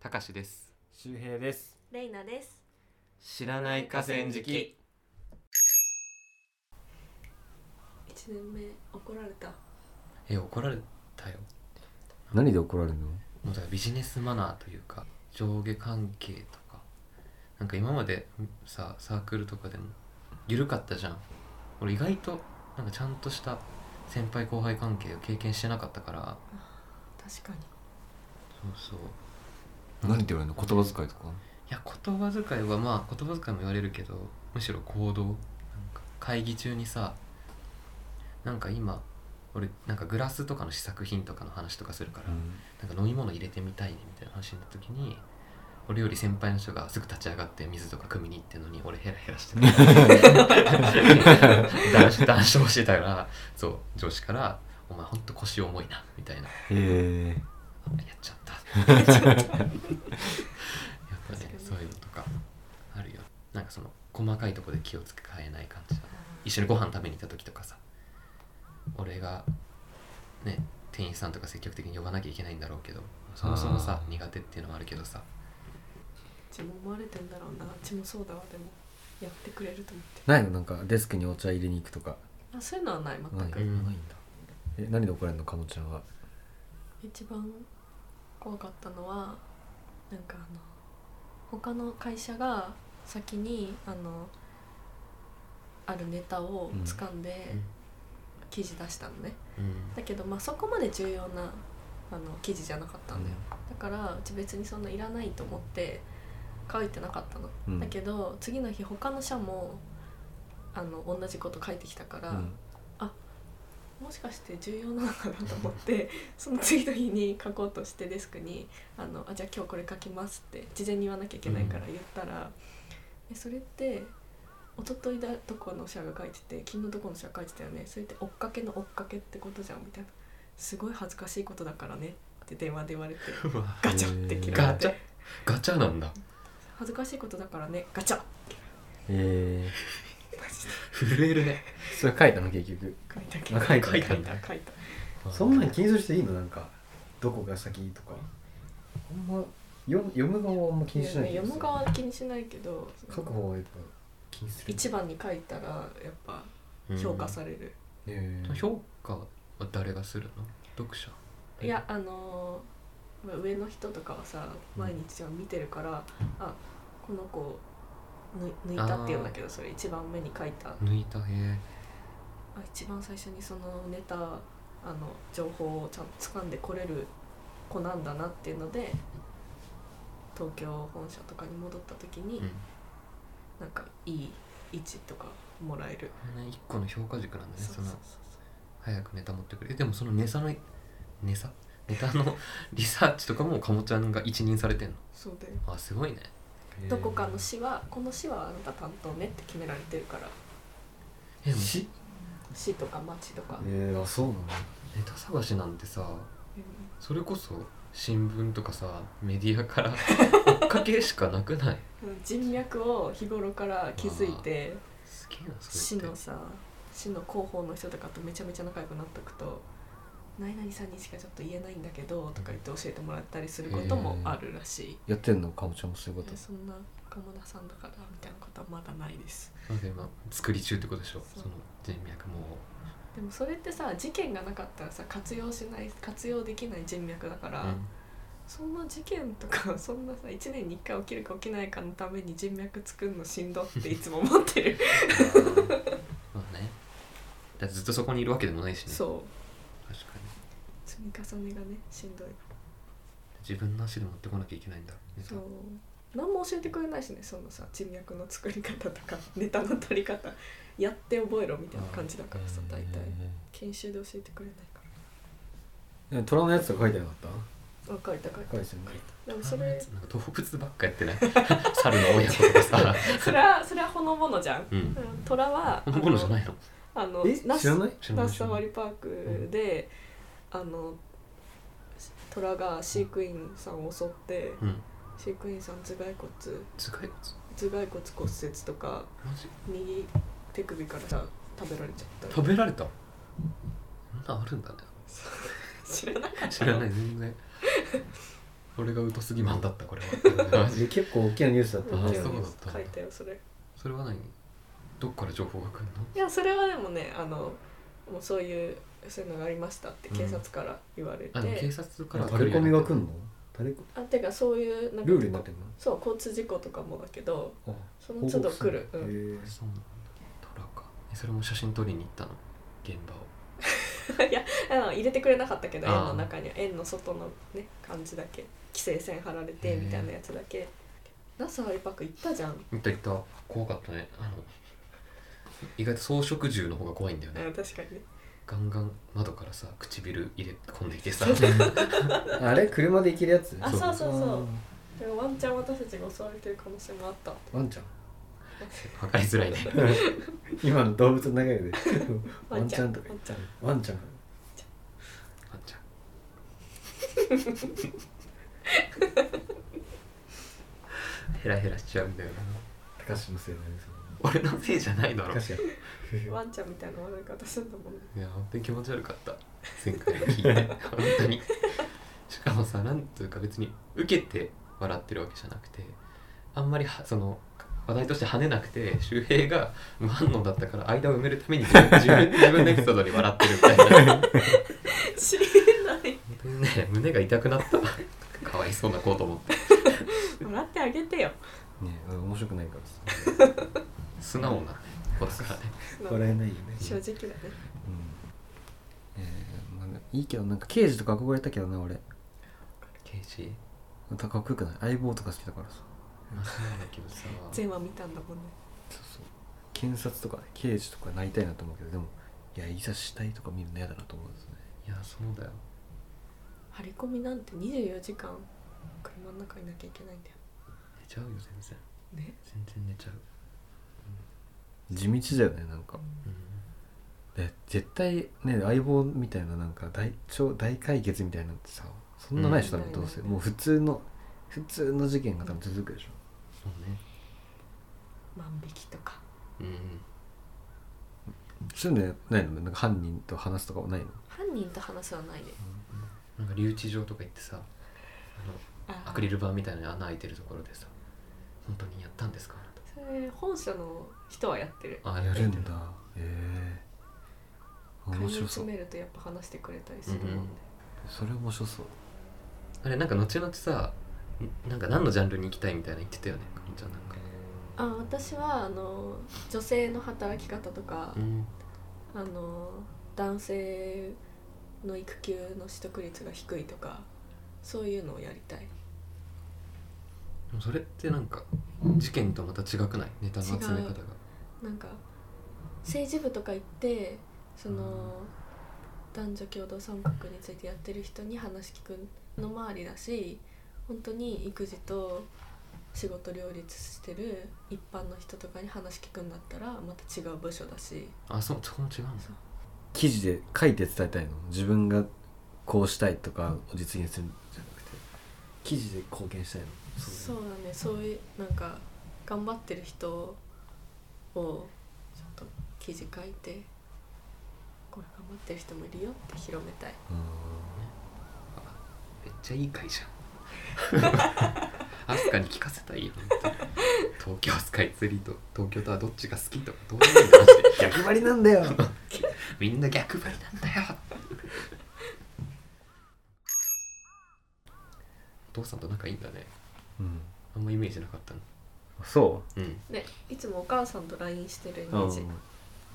たかしです周平ですレイナです。知らない河川敷一年目怒られた。え怒られたよ何で怒られるのもうだからビジネスマナーというか上下関係とかなんか今までさサークルとかでも緩かったじゃん俺意外となんかちゃんとした先輩後輩関係を経験してなかったから確かに。そうそう何て言われるの言葉遣いとかいや言葉遣いはまあ言葉遣いも言われるけどむしろ行動なんか会議中にさなんか今俺なんかグラスとかの試作品とかの話とかするから、なんか飲み物入れてみたいねみたいな話になった時に俺より先輩の人がすぐ立ち上がって水とか汲みに行ってんのに俺ヘラヘラしてた談笑してたからそう上司から「お前ほんと腰重いな」みたいな「へえあやっちゃった」やっぱねそういうのとかあるよなんかその細かいとこで気をつけ変えない感じだ一緒にご飯食べに行った時とかさ俺がね店員さんとか積極的に呼ばなきゃいけないんだろうけどそもそもさあー苦手っていうのはあるけどさうちも思われてんだろうな。うちもそうだわでもやってくれると思って。ないのなんかデスクにお茶入れに行くとかあそういうのはないな全いく。うんないんだえ何で怒られるのかのちゃんは一番怖かったのはなんかあの他の会社が先にあのあるネタを掴んでうん記事出したのね。うんだけどまあそこまで重要なあの記事じゃなかったんだよ。だからうち別にそんないらないと思って書いてなかったの、うんだけど次の日他の社もあの同じこと書いてきたから、うんもしかして重要なのかなと思って その次の日に書こうとしてデスクに「あのあじゃあ今日これ書きます」って事前に言わなきゃいけないから言ったら、えそれって一昨日だどこの社が書いてて昨日どこの社が書いてたよねそれって追っかけの追っかけってことじゃんみたいなすごい恥ずかしいことだからねって電話で言わ れてうわガチャって切らガれチャてガチャなんだ恥ずかしいことだからねガチャええ震えるねそれ書いたの結局書いたあ書いた書いた書書いいたた書いたそんなに気にする人いいのなんかどこが先とかあんま読読む側はあんま気にしないいや読む側は気にしないけど書く方はやっぱ気にする一番に書いたらやっぱうん評価される、ええ評価は誰がするの読者うんいやあのーまあ上の人とかはさ毎日じゃ見てるから、あこの子ぬ抜いたって言うんだけどそれ一番目に書いたあ抜いたへえ一番最初にそのネタあの情報をちゃんと掴んでこれる子なんだなっていうので東京本社とかに戻った時に、うんなんかいい位置とかもらえるこれね一個の評価軸なんだねそそうそうのそう早くネタ持ってくれえでもそのネタのネタネタ のリサーチとかもかもちゃんが一任されてんのそうであすごいねどこかの市はこの市はあなた担当ねって決められてるからえでもし市とか町とか、ええあそうなのネタ探しなんてさうんそれこそ新聞とかさメディア から追っかけしかなくない人脈を日頃から築いてすげえなそ市れっのてさ市の広報の人とかとめちゃめちゃ仲良くなってくと「何々さんにしかちょっと言えないんだけど」とか言って教えてもらったりすることもあるらしい、やってんのかもちゃんもそういうことえそんな岡村さんだからみたいなことはまだないですなんか今作り中ってことでしょそうその人脈もでもそれってさ事件がなかったらさ活用しない活用できない人脈だ から、うんそんな事件とか そんなさ1年に1回起きるか起きないかのために人脈作るのしんどっていつも思ってるまあねだってずっ とそこにいるわけでもないしねそう確かに積み重ねがねしんどい自分の足で持ってこなきゃいけないんだネタそう何も教えてくれないしねそのさ人脈の作り方とかネタの取り方やって覚えろみたいな感じだからさ大体研修で教えてくれないかえー虎のやつとか書いてなかっら分かれたかた書らいてないでもあそのやれつなんか動物ばっかやってない 猿の親子とかさそれはそれはほのぼのじゃん うんうん虎は本物じゃないのあのえ那須知らない知らナない知らッサなワいリパークで、あの虎が飼育員さんを襲ってうん飼育員さん頭蓋骨頭蓋骨頭蓋骨骨折とかマジ右手首から食べられちゃった食べられたそんなんあるんだね知らなかった知らない全然俺が疎すぎマンだったこれ はマジで結構大きなニュースだったあねそうだった書いたよそれそれは何どっから情報が来るのいやそれはでもねあのもうそういうそういうのがありましたって警察から言われて、あでも警察からタレコミが来るんのタレコあてかそういうなんかルールになってんのそう交通事故とかもだけどあその都度来る、う報告すん、んだへえそうなんだトラかえそれも写真撮りに行ったの現場をあの入れてくれなかったけどあ円ーの中には円の外のね感じだけ規制線張られてへーみたいなやつだけ NASA ハリパック行ったじゃん、行った行った怖かったねあの意外と草食獣の方が怖いんだよねうん、確かにねガンガン窓からさ唇入れ込んできてさあれ車で行けるやつあそうそうそうあでもワンチャン私たちが襲われてる可能性もあったーワンちゃん 分かりづらいね今の動物の中でワンちゃんとかワ言っンちちゃゃんうワンちゃんあんちゃんヘラヘラしちゃうんだよな高橋のせいだね俺のせいじゃないだろ高橋やワンちゃんみたいな笑い方するんだもんねいや本当に気持ち悪かった前回の聞いて本当にしかもさなんというか別に受けて笑ってるわけじゃなくてあんまりはその話題として跳ねなくて周平が無反応だったから間を埋めるために自分自分自分のエピソードに笑ってるみたいな本知らない当にね胸が痛くなったかわいそうな子と思って笑ってあげてよねえ面白くないからさ素直な子だからね笑えないよね正直だねうんえーまあいいけどなんか刑事とか憧れたけどな俺刑事かっこよくない相棒とか好きだからさまあそうなんだけどさ全話見たんだもんねそうそう検察とかね刑事とかなりたいなと思うけどでもいやいざ死体とか見るの嫌だなと思うんですねいやそうだよ張り込みなんて24時間車の中にいなきゃいけないんだよ寝ちゃうよ全然ね全然寝ちゃう、地道だよねなんかうんで絶対ね相棒みたいななんか大超大解決みたいなんてさそんなないでしょ、うん多分どうせないないもう普通の普通の事件が多分続くでしょ、そうね万引きとかうんそういうのないのなんか犯人と話すとかはないの犯人と話すはないでなんか留置場とか行ってさああのアクリル板みたいなのに穴開いてるところでさ「本当にやったんですか?」それ本社の人はやってるあややるるんだへえ買い面白そう詰めるとやっぱ話してくれたりするもんね、それ面白そうあれなんか後々さんなんか何のジャンルに行きたいみたいな言ってたよねかみちゃんなんかあ私はあの女性の働き方とか、うんあの男性の育休の取得率が低いとかそういうのをやりたいでもそれってなんか事件とまた違くないネタの集め方が違うなんか政治部とか行ってその男女共同参画についてやってる人に話聞くのもありだし本当に育児と仕事両立してる一般の人とかに話聞くんだったらまた違う部署だしあそうそこも違うんだそう記事で書いて伝えたいの自分がこうしたいとかを実現するんじゃなくて記事で貢献したいのそうだねそういうなんか頑張ってる人をちょっと記事書いてこれ頑張ってる人もいるよって広めたいめっちゃいい回 じゃんアスカに聞かせたいよ本当に東京スカイツリーと東京タワーどっちが好きとかどうなんだマジで逆張りなん だよみんな逆張りなんだよお父さんと仲いいんだねうんあんまイメージなかったのそうんねいつもお母さんと LINE してるイうメージ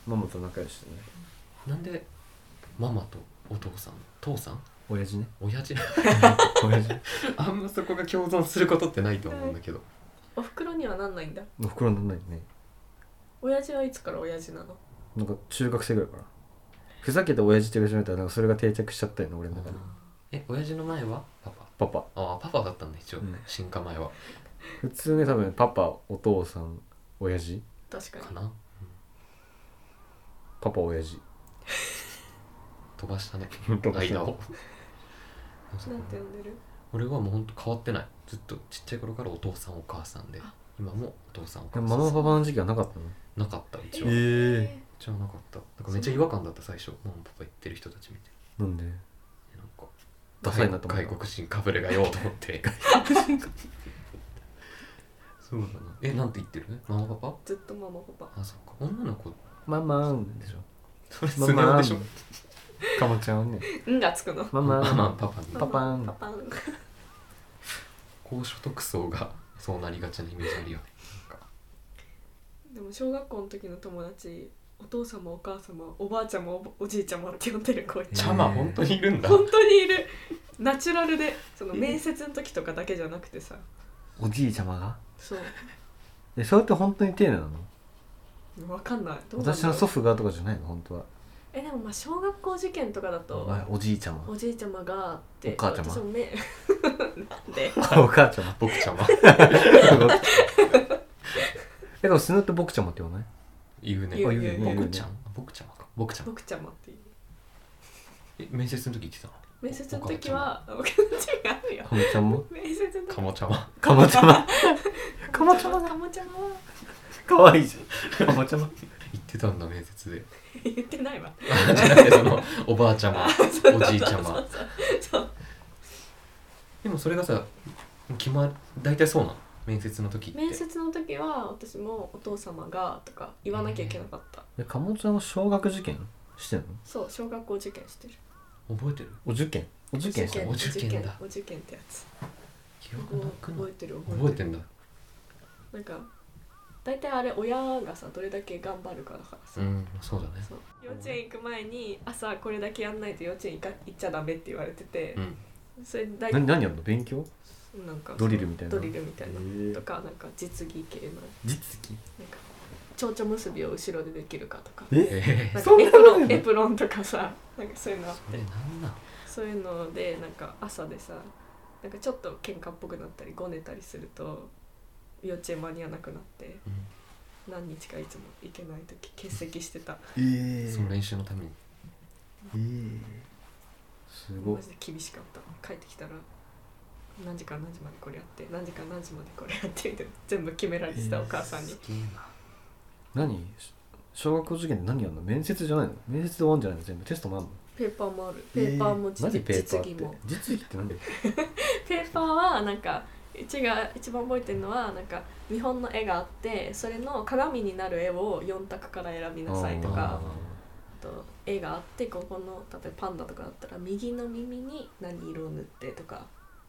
ママと仲良しでねなんでママとお父さん父さん親父ね親父 親 父あんまそこが共存することってないと思うんだけどお袋にはなんないんだおふくろになんないね親父はいつから親父なのなんか中学生ぐらいからふざけて親父って言われたらなんかそれが定着しちゃったよね俺の中でえ親父の前はパパパパああパパだったんだ一応、うん進化前は普通ね多分パパお父さん親父確かにかなパパ親 父飛ばしたね飛ばした間をなんて呼んでる俺はもうほんと変わってないずっとちっちゃい頃からお父さんお母さんであ今もお父さんお母でさんもママパパの時期はなかったのなかったうちえはうえちはなかったなんかめっちゃ違和感だった最初ママパパ言ってる人たち見てなんでえなんかダサいなと思っ外た国人かぶれがようと思ってそうだなえなんて言ってるママパずっとママパパパあそっか女の子ママンでしょそれスマネ夫マでンしょかもちゃんね「ん」がつくのママママンパパにパパンパパン高所得層がそうなりがちなイメージあるよねなんかでも小学校の時の友達お父様お母様おばあちゃまおばおじいちゃまって呼んでる子いちたゃま本当にいるんだ本当にいるナチュラルでその面接の時とかだけじゃなくてさおじいちゃまがそうえそれって本当に丁寧なのわかんないどうなんだろう私の祖父がとかじゃないの本当はえでもまあ小学校受験とかだおと前おじいちゃまおじいちゃまがってお母ちゃま私も めなん でお母ちゃま僕ちゃ まえでもスヌって僕ちゃまって言わない言うね言う言う言う僕ちゃん僕ちゃまか僕ちゃま僕ちゃまっていうえ面接の時言ってたの面接の時はお母ちゃま 違うよかもちゃんも面接の時かもちゃまかもちゃまかもちゃまかもちゃまはかわいいじゃんかもちゃま言ってたんだ面接で言ってないわあじゃなくてそのおばあちゃまおじいちゃ そまうそうそうでもそれがさ決ま大体そうなの面接の時って面接の時は私もお父様がとか言わなきゃいけなかった、えかもちゃんは小学受験してんのそう小学校受験してる覚えてるお受験お受験してんおの受験だお受験ってやつ記憶なくな覚いえてる覚えてんだなんか大体あれ親がさどれだけ頑張るかだからさ、うんそうだねそう幼稚園行く前に朝これだけやんないと幼稚園行か行っちゃダメって言われててう、んそれ大何何やるの勉強なんかドリルみたいなドリルみたいな、へえとかなんか実技系の実技なんか蝶々結びを後ろでできるかとかええーなんそんかなエプロのンエプロンとかさなんかそういうのあっそてれなんなんそういうのでなんか朝でさなんかちょっと喧嘩っぽくなったりごねたりすると幼稚園間に合わなくなって何日かいつも行けない時欠席してたええその練習のためにえーすごマいジで厳しかった帰ってきたら何時から何時までこれやって何時から何時までこれやってみたいな全部決められてたお母さんにすげえな何小学校受験で何やるの面接じゃないの面接で終わんじゃないの全部テストもあるのペーパーもあるペーパーもえーマジ実ペーパ実ーって技も実技って何でペーパーはなんかうちが一番覚えてるのはなんか見本の絵があってそれの鏡になる絵を4択から選びなさいとかあと絵があってここの例えばパンダとかだったら右の耳に何色を塗ってとか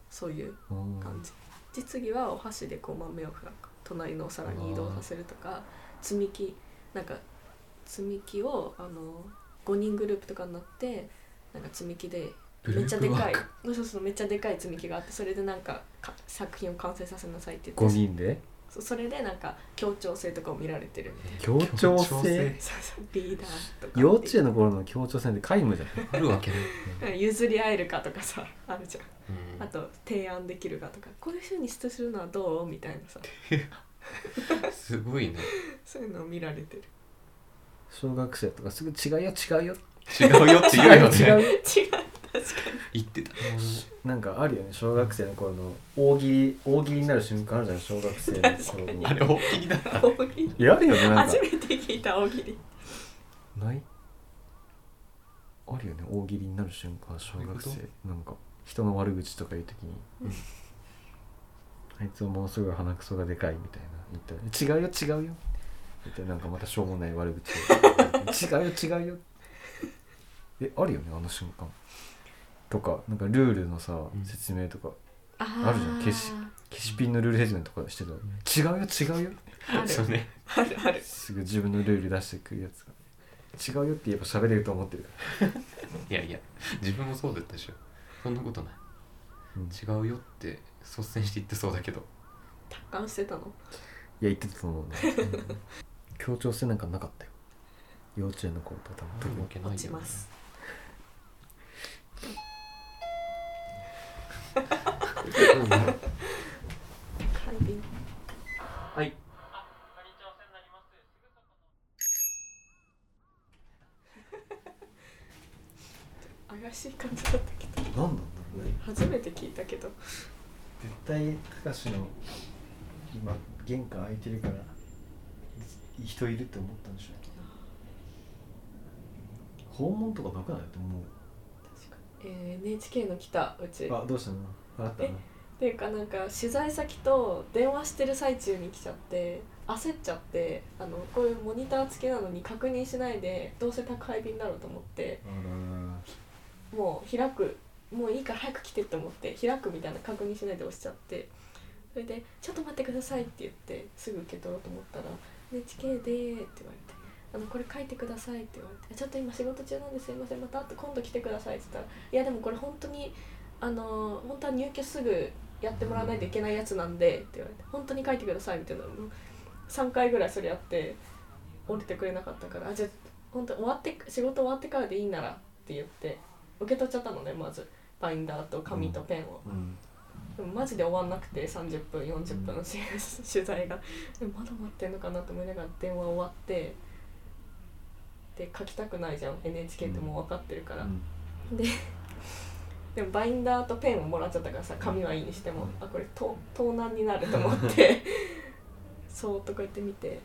そういうあー感じ実技はお箸でこう豆を隣のお皿に移動させるとか積み木なんか積み木をあの5人グループとかになってなんか積み木でグめっルちゃーでプワかーいクそうそうそうめっちゃでかい積み木があってそれでなんかか作品を完成させなさいって言5って人でそそれでなんか協調性とかを見られてるみたいな協調性そうそうリーダーとか幼稚園の頃の協調戦で皆無じゃんあるわ けね、うん譲り合えるかとかさ あるじゃんうんあと提案できるかとかこういうふうに出するのはどうみたいなさすごいねそういうのを見られてる 小学生とかすぐ違うよ違うよ違うよって言うよ違うねよ 違う確かに言ってたなんかあるよね小学生の頃の大喜利大喜利になる瞬間あるじゃん小学生の頃に あれ大きいだった大喜利いやあるよねなんか初めて聞いた大喜利ないあるよね大喜利になる瞬間小学どう生いうなんか人の悪口とか言う時にうん あいつものすごい鼻くそがでかいみたいな言ったら「違うよ違うよ」みたいななんかまたしょうもない悪口を 違うよ違うよ」えあるよねあの瞬間とかなんかルールのさん説明とか、ああるじゃん消し消しピンのルール説明とかしてたら「違うよ違うよ」あるそうねあるあるすぐ自分のルール出してくるやつが「違うよ」って言えば喋れると思ってるいやいや自分もそうだったでしょそんなことないうん違うよって率先して言ってそうだけど達観してたのいや言ってたと思うね協調性なんかなかったよ幼稚園の頃とか多ある分わけないよ、落ね、ちますはい便はい怪しい感じだったけど何なんだろうね初めて聞いたけど絶対高しの今玄関開いてるから人いるって思ったんでしょうね訪問とかなくないだってもう確かにえー NHK の来たうちっあどうしたのあったのていうかなんか取材先と電話してる最中に来ちゃって焦っちゃってあのこういうモニター付きなのに確認しないでどうせ宅配便だろうと思ってあもう開くもういいから早く来てって思って開くみたいな確認しないで押しちゃってそれで「ちょっと待ってください」って言ってすぐ受け取ろうと思ったら「NHK で」って言われて「あのこれ書いてください」って言われて「ちょっと今仕事中なんですいませんまた後今度来てください」って言ったら「いやでもこれ本当にあの本当は入居すぐやってもらわないといけないやつなんで」って言われて「本当に書いてください」みたいなの3回ぐらいそれやって降りてくれなかったから「あじゃあ本当終わって仕事終わってからでいいなら」って言って受け取っちゃったのねまずバインダーと紙とペンを。ーうんでもマジで終わんなくて30分40分の し取材がでもまだ待ってんのかなと思いながら電話終わってで書きたくないじゃん NHK ってもう分かってるから、で でもバインダーとペンをもらっちゃったからさ紙はいいにしてもあこれ盗盗難になると思って そーっとこうやって見て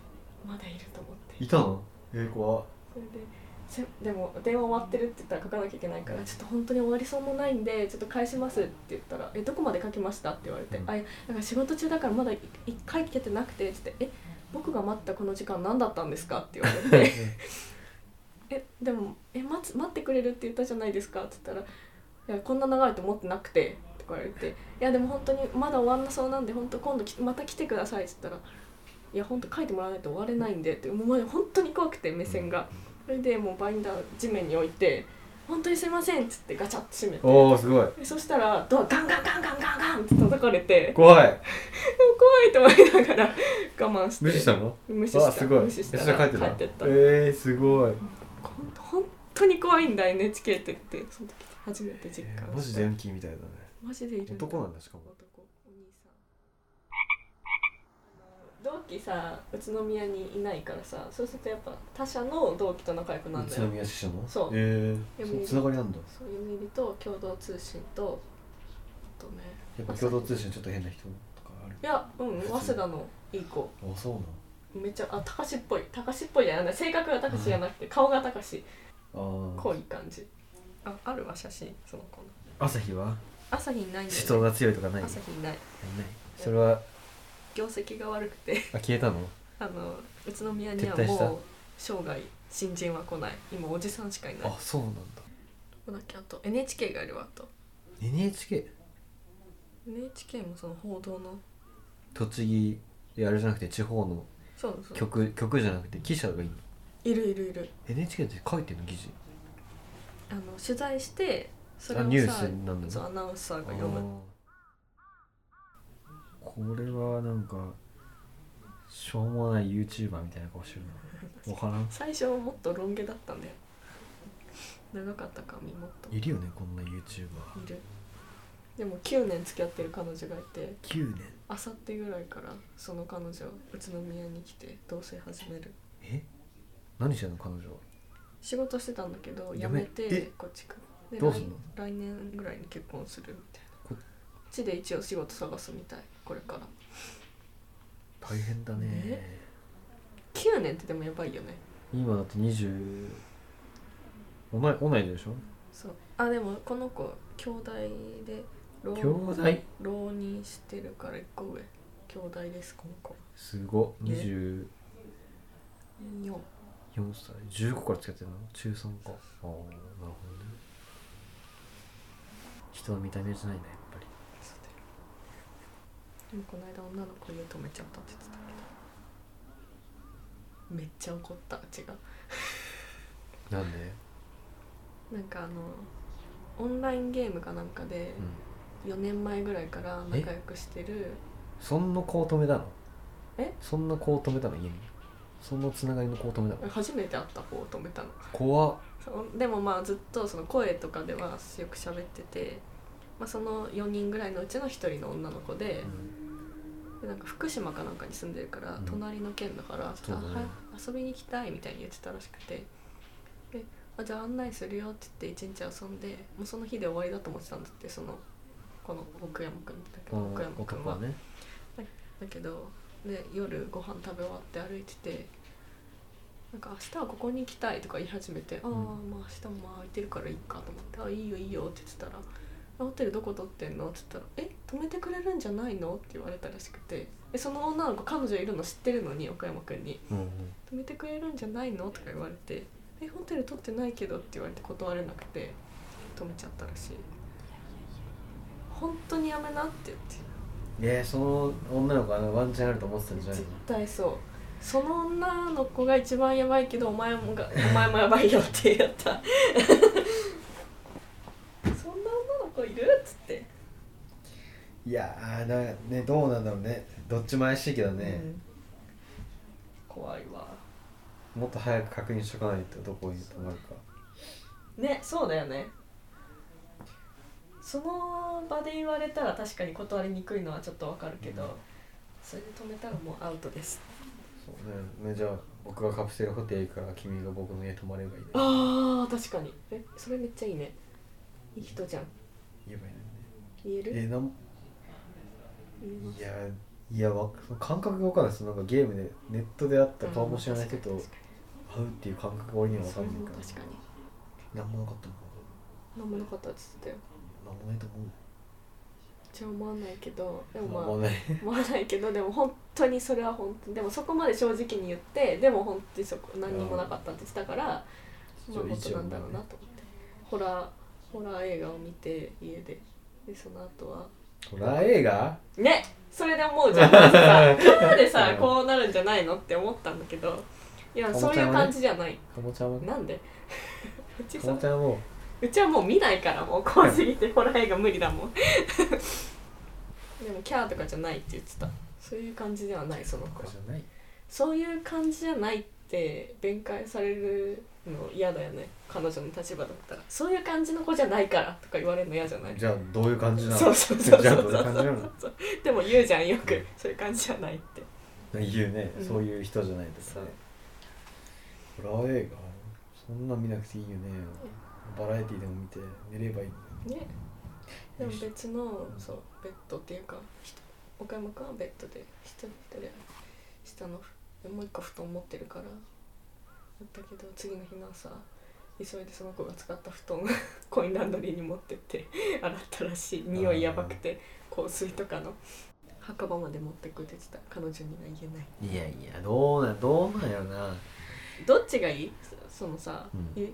まだいると思っていたのえ怖それでせでも電話終わってるって言ったら書かなきゃいけないから「ちょっと本当に終わりそうもないんでちょっと返します」って言ったら「えどこまで書きました?」って言われて「うんあいやだから仕事中だからまだ一回書けてなくて」っつって「え僕が待ったこの時間何だったんですか?」って言われてえでもえ待つ待ってくれるって言ったじゃないですかって言ったら「いやこんな長いと思ってなくて」って言われて「いやでも本当にまだ終わんなそうなんで本当今度きまた来てください」って言ったら「いや本当書いてもらわないと終われないんで」ってもうもう本当に怖くて目線がそれでもうバインダー地面に置いて「本当にすいません」っつってガチャッと閉めておおすごいでそしたらドアガンガンガンガンガンガンって叩かれて怖い怖いと思いながら我慢して無視したの無視わしあたすごい無視したえそれら帰って帰たってったえー、すごいこん本当に怖いんだ NHK って言ってその時初めて実え感ーマジでヤンキーみたいだねマジでいるんだ男なんだしかも男お兄さんあの同期さ宇都宮にいないからさそうするとやっぱ他社の同期と仲良くなるんだよ宮支社のそうえでー、そもうつながりあんだそう読売と共同通信とあとねやっぱ共同通信ちょっと変な人とかあるいやうん早稲田のいい子あそうなめっちゃあ高志っぽい高志っぽいじゃない性格が高志じゃなくて顔が高志のあ濃い感じああるわ写真その子のあ朝日は朝日いない思んだよ想ねが強いとかないない朝日いないそれは業績が悪くて あ消えたのあの宇都宮には撤退したもう生涯新人は来ない今おじさんしかいないあこそうなんだこだけあと NHK がいるわあと NHK NHK もその報道の栃木いやあれじゃなくて地方のそうそう局局じゃなくて記者がいいのいるいるいる NHK って書いてんの記事あの取材してそれあをニュースさになるのそうアナウンサーが読むこれはなんかしょうもない YouTuber みたいな顔してるのわからん最初はもっとロン毛だったんだよ長かった髪もっといいるよねこんな YouTuber9 るでも9年付き合ってる彼女がいて年あさってぐらいからその彼女宇都宮に来て同棲始めるえ何してんの彼女は仕事してたんだけど辞やめめてえこっち来るでどうすんの来来年ぐらいに結婚するみたいなここっちで一応仕事探すみたいこれから大変だねえ9年ってでもやばいよね今だって20お前同い年でしょそうあでもこの子兄弟で浪兄弟浪人してるから1個上兄弟ですこの子すごえ24 4歳15からつけてるの中3かああなるほどね人は見た目じゃないねやっぱりでもこの間女の子家止めちゃったって言ってたけどめっちゃ怒ったうちがなんでなんかあのオンラインゲームかなんかでうん4年前ぐらいから仲良くしてるそんな子を止めたのえそんな子を止めたの家にそのつながりの子を止めたの初めて会った方を止めたの怖っそうでもまあずっとその声とかではよく喋ってて、まあ、その4人ぐらいのうちの1人の女の子で,、でなんか福島かなんかに住んでるから、うん隣の県だから、そうだねあはい遊びに行きたいみたいに言ってたらしくてであじゃあ案内するよって言って一日遊んでもうその日で終わりだと思ってたんだってそのこの奥山君だけうどん奥山君男はは。ねだけどで夜ご飯食べ終わって歩いててなんか明日はここに行きたいとか言い始めて、ああんまあ明日もまあ空いてるからいいかと思って「あいいよいいよ」って言ってたらあ「ホテルどこ取ってんの?」って言ったら「え止めてくれるんじゃないの?」って言われたらしくてでその女の子彼女いるの知ってるのに岡山くんにうんうん「止めてくれるんじゃないの?」とか言われて「えホテル取ってないけど」って言われて断れなくて止めちゃったらしい「本当にやめな」って言って。えー、その女の子あのワンチャンあると思ってたんじゃない絶の対そうその女の子が一番やばいけどお前もがお前もやばいよってやった そんな女の子いるっつっていやーなねどうなんだろうねどっちも怪しいけどね、うん怖いわもっと早く確認しとかないとどこに泊まるかねそうだよねその場で言われたら確かに断りにくいのはちょっとわかるけど、うんそれで止めたらもうアウトですそうねねじゃあ僕がカプセルホテル行くから君が僕の家泊まればいいねあー確かにえそれめっちゃいいねいい人じゃん言えばいいのに言えねえるなん言えますいやいやわその感覚が分かんないそのなんかゲームでネットで会った顔も知らない人とうん会確かにうっていう感覚が俺には分そかれんないもから確かに何もなかったのか何もなかったって言ってたよな何もないと思うじゃあ思わないけどで何ももまあない思わないけどでも本当にそれは本当にでもそこまで正直に言ってでも本当にそこ何にもなかったって言ってたからまあ本当なんだろうなと思ってホラーホラー映画を見て家ででその後はホラー映画ねそれで思うじゃ んまずさなんでさうんこうなるんじゃないのって思ったんだけどいやかぼちゃそはうねいう感じじゃないかぼちゃはねなんで うちかぼさちゃはもうちはもう見ないからもう怖すぎてホラー映画無理だもんでもキャーとかじゃないって言ってたそういう感じではないそのうこ子れじゃないそういう感じじゃないって弁解されるの嫌だよね彼女の立場だったらそういう感じの子じゃないからとか言われるの嫌じゃないじゃあどういう感じなのそうそうそうじゃそあうどそいううそ感うじなのうそうでも言うじゃんよくそういう感じじゃないって言うね、うんそういう人じゃないとそさうホラー映画そんな見なくていいよねバラエティでも見て寝ればいいんだよねでも別のそうベッドっていうかひと岡山君はベッドで一人で下のふもう一個布団持ってるからだったけど次の日の朝急いでその子が使った布団 をコインランドリーに持ってって洗ったらしい匂いやばくて香水とかの墓場まで持ってくって言ってた彼女には言えないいやいやどうなんどうなんやろなどっちがいいそそのさ、うんゆ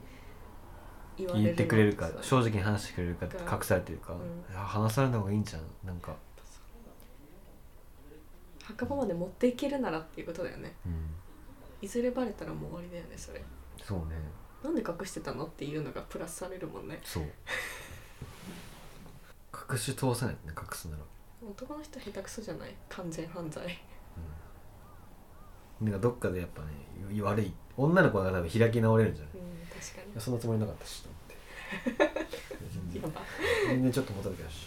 言われる言ってくれるかの正直に話してくれるかが隠されてるか、うん話された方がいいんじゃんなんか、墓場まで持っていけるならっていうことだよねうん、いずれバレたらもう終わりだよねそれそうねなんで隠してたのっていうのがプラスされるもんねそう隠し通さないとね隠すなら、男の人下手くそじゃない完全犯罪うん、なんかどっかでやっぱねい悪い女の子が多分開き直れるんじゃないうん確かいやそんなつもりなかったしと思って 全に然やば全然ちょっともたれてたし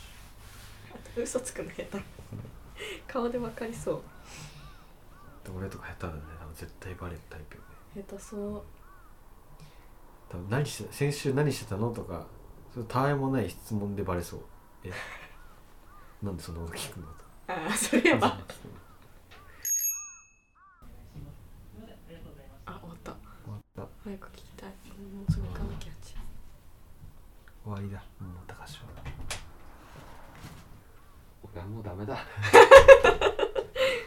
嘘つくの下手顔で分かりそう俺とか下手だね多分絶対バレるタイプよね下手そう多分何して先週何してたのとかそうたわいもない質問でバレそうえ なんでそんなこと聞くのとかああそれ やばあ終わった終わった早く聞きたいもうすぐ行かなきゃじゃ終わりだもう高橋は俺はもうダメだ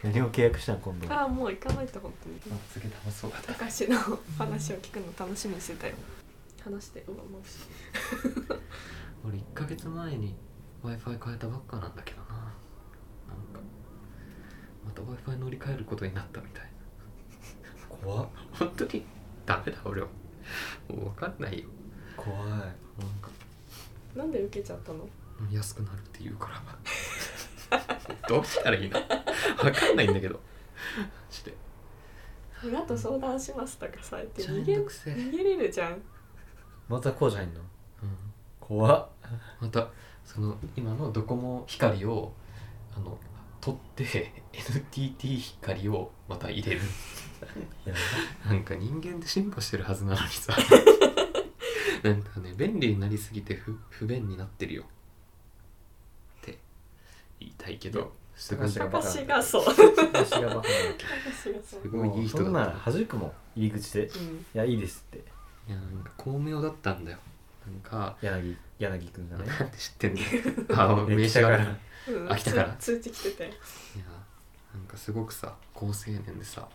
何を契約したん今度ああーもう行かないと本当にすげえ楽しそうだった高橋の話を聞くの楽しみにしてたよ話してうわもうしい俺1ヶ月前に w i f i 変えたばっかなんだけどななんかまた w i f i 乗り換えることになったみたい怖っな本当にダメだ俺はもう分かんないよ怖いなんかなんで受けちゃったの安くなるって言うから どうしたらいいの分かんないんだけどして親と相談しますとかさ言ってめ逃んげどくせえ、うん、逃げれるじゃんまた工事入んの怖っまたその今のドコモ光をあの取って NTT 光をまた入 れるやなんか人間って進歩してるはずなのに さなんかね便利になりすぎて不不便になってるよって言いたいけどすごい高橋すがバカ私がそう私がバカな わ私がそうけごいいい人もうそんだなっんた弾くもん入り口でうんいやいいですっていやなんか巧妙だったんだよなんか柳柳くんがねなんで知って んのあ名え刺北がかあらるいやうん飽きたからつ通知来ててなんかすごくさ好青年でさ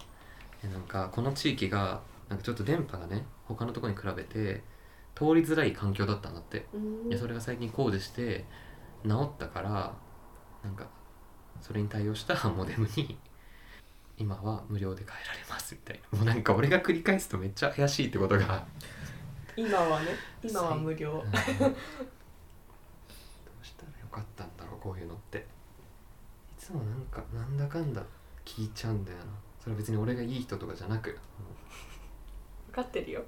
いやなんかこの地域がなんかちょっと電波がね他のところに比べて通りづらい環境だったんだってうんいやそれが最近工事して治ったからなんかそれに対応したモデムに今は無料で変えられますみたいなもうなんか俺が繰り返すとめっちゃ怪しいってことが今はね今は無料どうしたらよかったんだろうこういうのっていつもなんかなんだかんだ聞いちゃうんだよなそれは別に俺がいい人とかじゃなく分かってるよ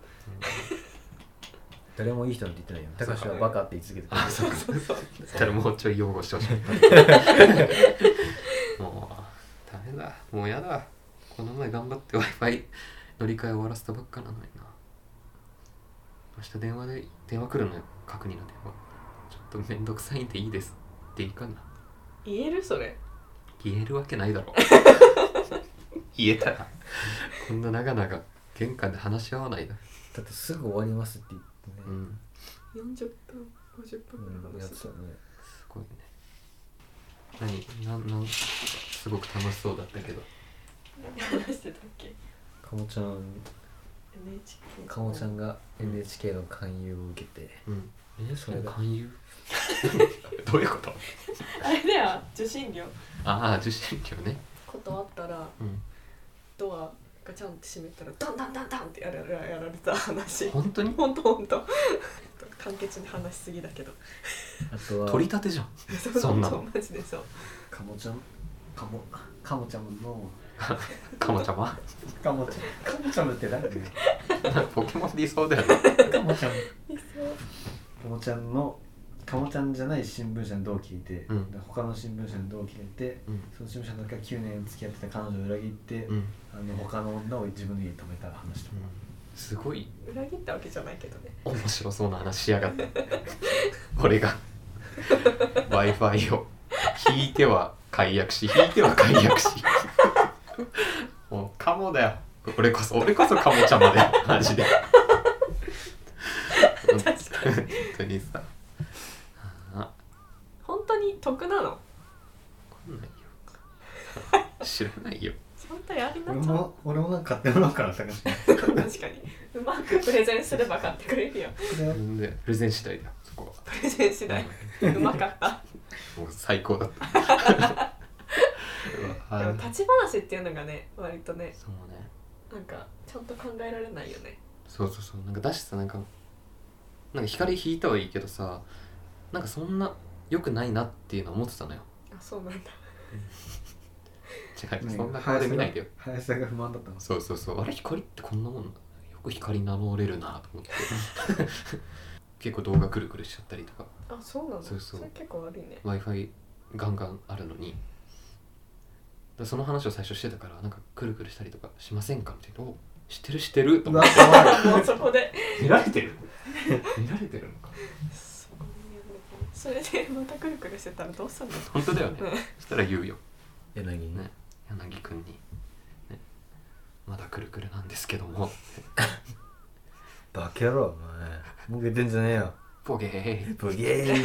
誰もいい人なんて言ってないよそうか高橋はバカって言い続けてたあそうかそうそうだったらもうちょい擁護してほしかったもうダメだもうやだこの前頑張って w i f i 乗り換え終わらせたばっかなのにな明日電話で電話来るのよ確認の電話ちょっとめんどくさいんでいいですっていいかな言えるそれ言えるわけないだ ろ言えたらこんな長々玄関で話し合わないだだってすぐ終わりますって言ってね、うん40分50分ぐらいうん、や話ってすたねすごいね何なんなんすごく楽しそうだったけど何話してたっけかもちゃん NHK かもちゃんが NHK の勧誘を受けて、うん。え、そそれれがが勧誘 どういうことあれだよ受信料ああ、受信料ね。断ったらうん。ドアガチャンって閉めたらダンダンダンダンってやられやられた話本当にほんとほんと簡潔に話しすぎだけどあとは取り立てじゃん。そんなのマジでそうかもちゃんかもかもちゃんのかもちゃま。かもちゃんかもちゃんって何 ポケモンでいそうだよね。かもちゃんいそうかもちゃんのかもちゃんじゃない新聞社の同期がいて、うんで他の新聞社の同期がいてうん。その新聞社の時は9年付き合ってた彼女を裏切って、うん。あの他の女を自分の家に泊めた話とか、すごい裏切ったわけじゃないけどね面白そうな話しやがって。俺が Wi-Fi を引いては解約し、引いては解約し。もうカモだよ。俺こそ、俺こそカモちゃまだよ。マジで。確かに本当にさ。あ本当に得なのわかんないよ知らないよ本当やりな俺ちゃうも俺もなんか買ってもらおうから探して確かにうまくプレゼンすれば買ってくれるよそれを全然プレゼン次第だよそこはプレゼン次第うまかったもう最高だったうわでもあ立ち話っていうのがね割とねそうねなんかちゃんと考えられないよねそうそうそうなんかだしさなんかなんか光引いたはいいけどさなんかそんな良くないなっていうのは思ってたのよあそうなんだ違うそんな顔で見ないでよ速さが不満だったのそうそうそうあれ光ってこんなもんなのよく光名乗れるなと思って 結構動画くるくるしちゃったりとかあそうなんだそうそうれ結構悪いね w i f i ガンガンあるのにだその話を最初してたからなんかくるくるしたりとかしませんかみたいな「お知ってる知ってる」とう思わって怖いもうそこで 見られてる 見られてるのかそこにやるそれでまたくるくるしてたらどうすんの本当だよねうんそしたら言うよ柳にね柳くんに、ね「まだくるくるなんですけどもバカ野郎お前もう出てんじゃねえよボケーブゲー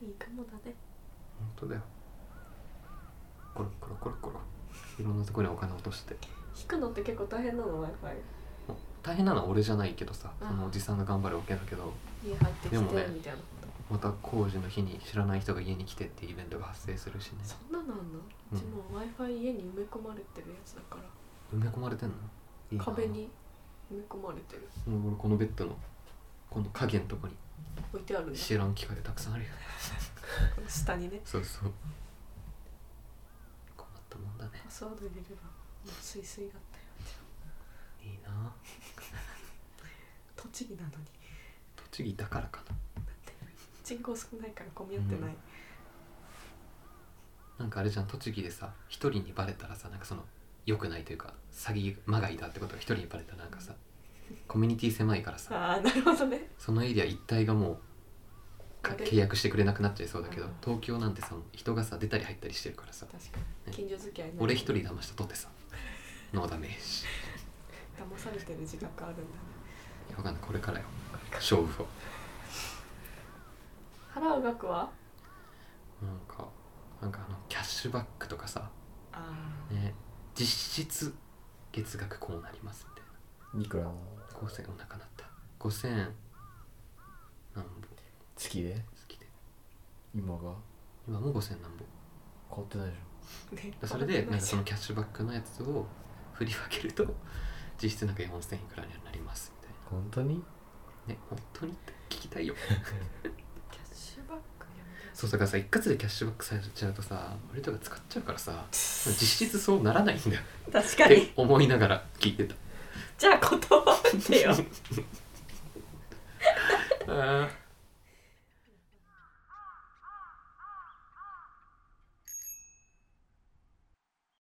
いいかもだね本当だよコロコロコロコロいろんなところにお金落として引くのって結構大変なの w i f もう大変なのは俺じゃないけどさあそのおじさんが頑張るわけだけど i 家入ってきてでもねみたいなまた工事の日に知らない人が家に来てっていうイベントが発生するしねそんなのあんのうちも w i f i 家に埋め込まれてるやつだから埋め込まれてんのいいな壁に埋め込まれてるもう俺このベッドのこの影のとこに置いてあるんだ知らん機械がたくさんあるよね 下にねそうそう困ったもんだねパスワード入れればもうスイスイだったよいいな栃木なのに栃木だからかな人口少ないから混み合ってない、なんかあれじゃん栃木でさ一人にバレたらさなんかその良くないというか詐欺まがいだってことが一人にバレたらなんかさコミュニティ狭いからさああなるほどねそのエリア一帯がもうか確か契約してくれなくなっちゃいそうだけどうん東京なんてさ人がさ出たり入ったりしてるからさに近所付き合いない俺一人騙したとってさノーダメージ騙されてる自覚あるんだねいやわかんないこれからよ勝負を払う額はなんかなんかあのキャッシュバックとかさ、あね、実質月額こうなりますみたいないくらの5000お腹なった5000何本好月できで今が今も5000何本変わってないでしねだそれで払ってななかんいじそゃんのキャッシュバックのやつを振り分ける と実質なんか4000いくらになりますみたいょ本当になね本当にって聞きたいよキャッシュバックやめてそうだからさ一括でキャッシュバックされちゃうとさ俺とか使っちゃうから さ実質そうならないんだよ確かってに思いながら聞いてたじゃあ断ってよ あー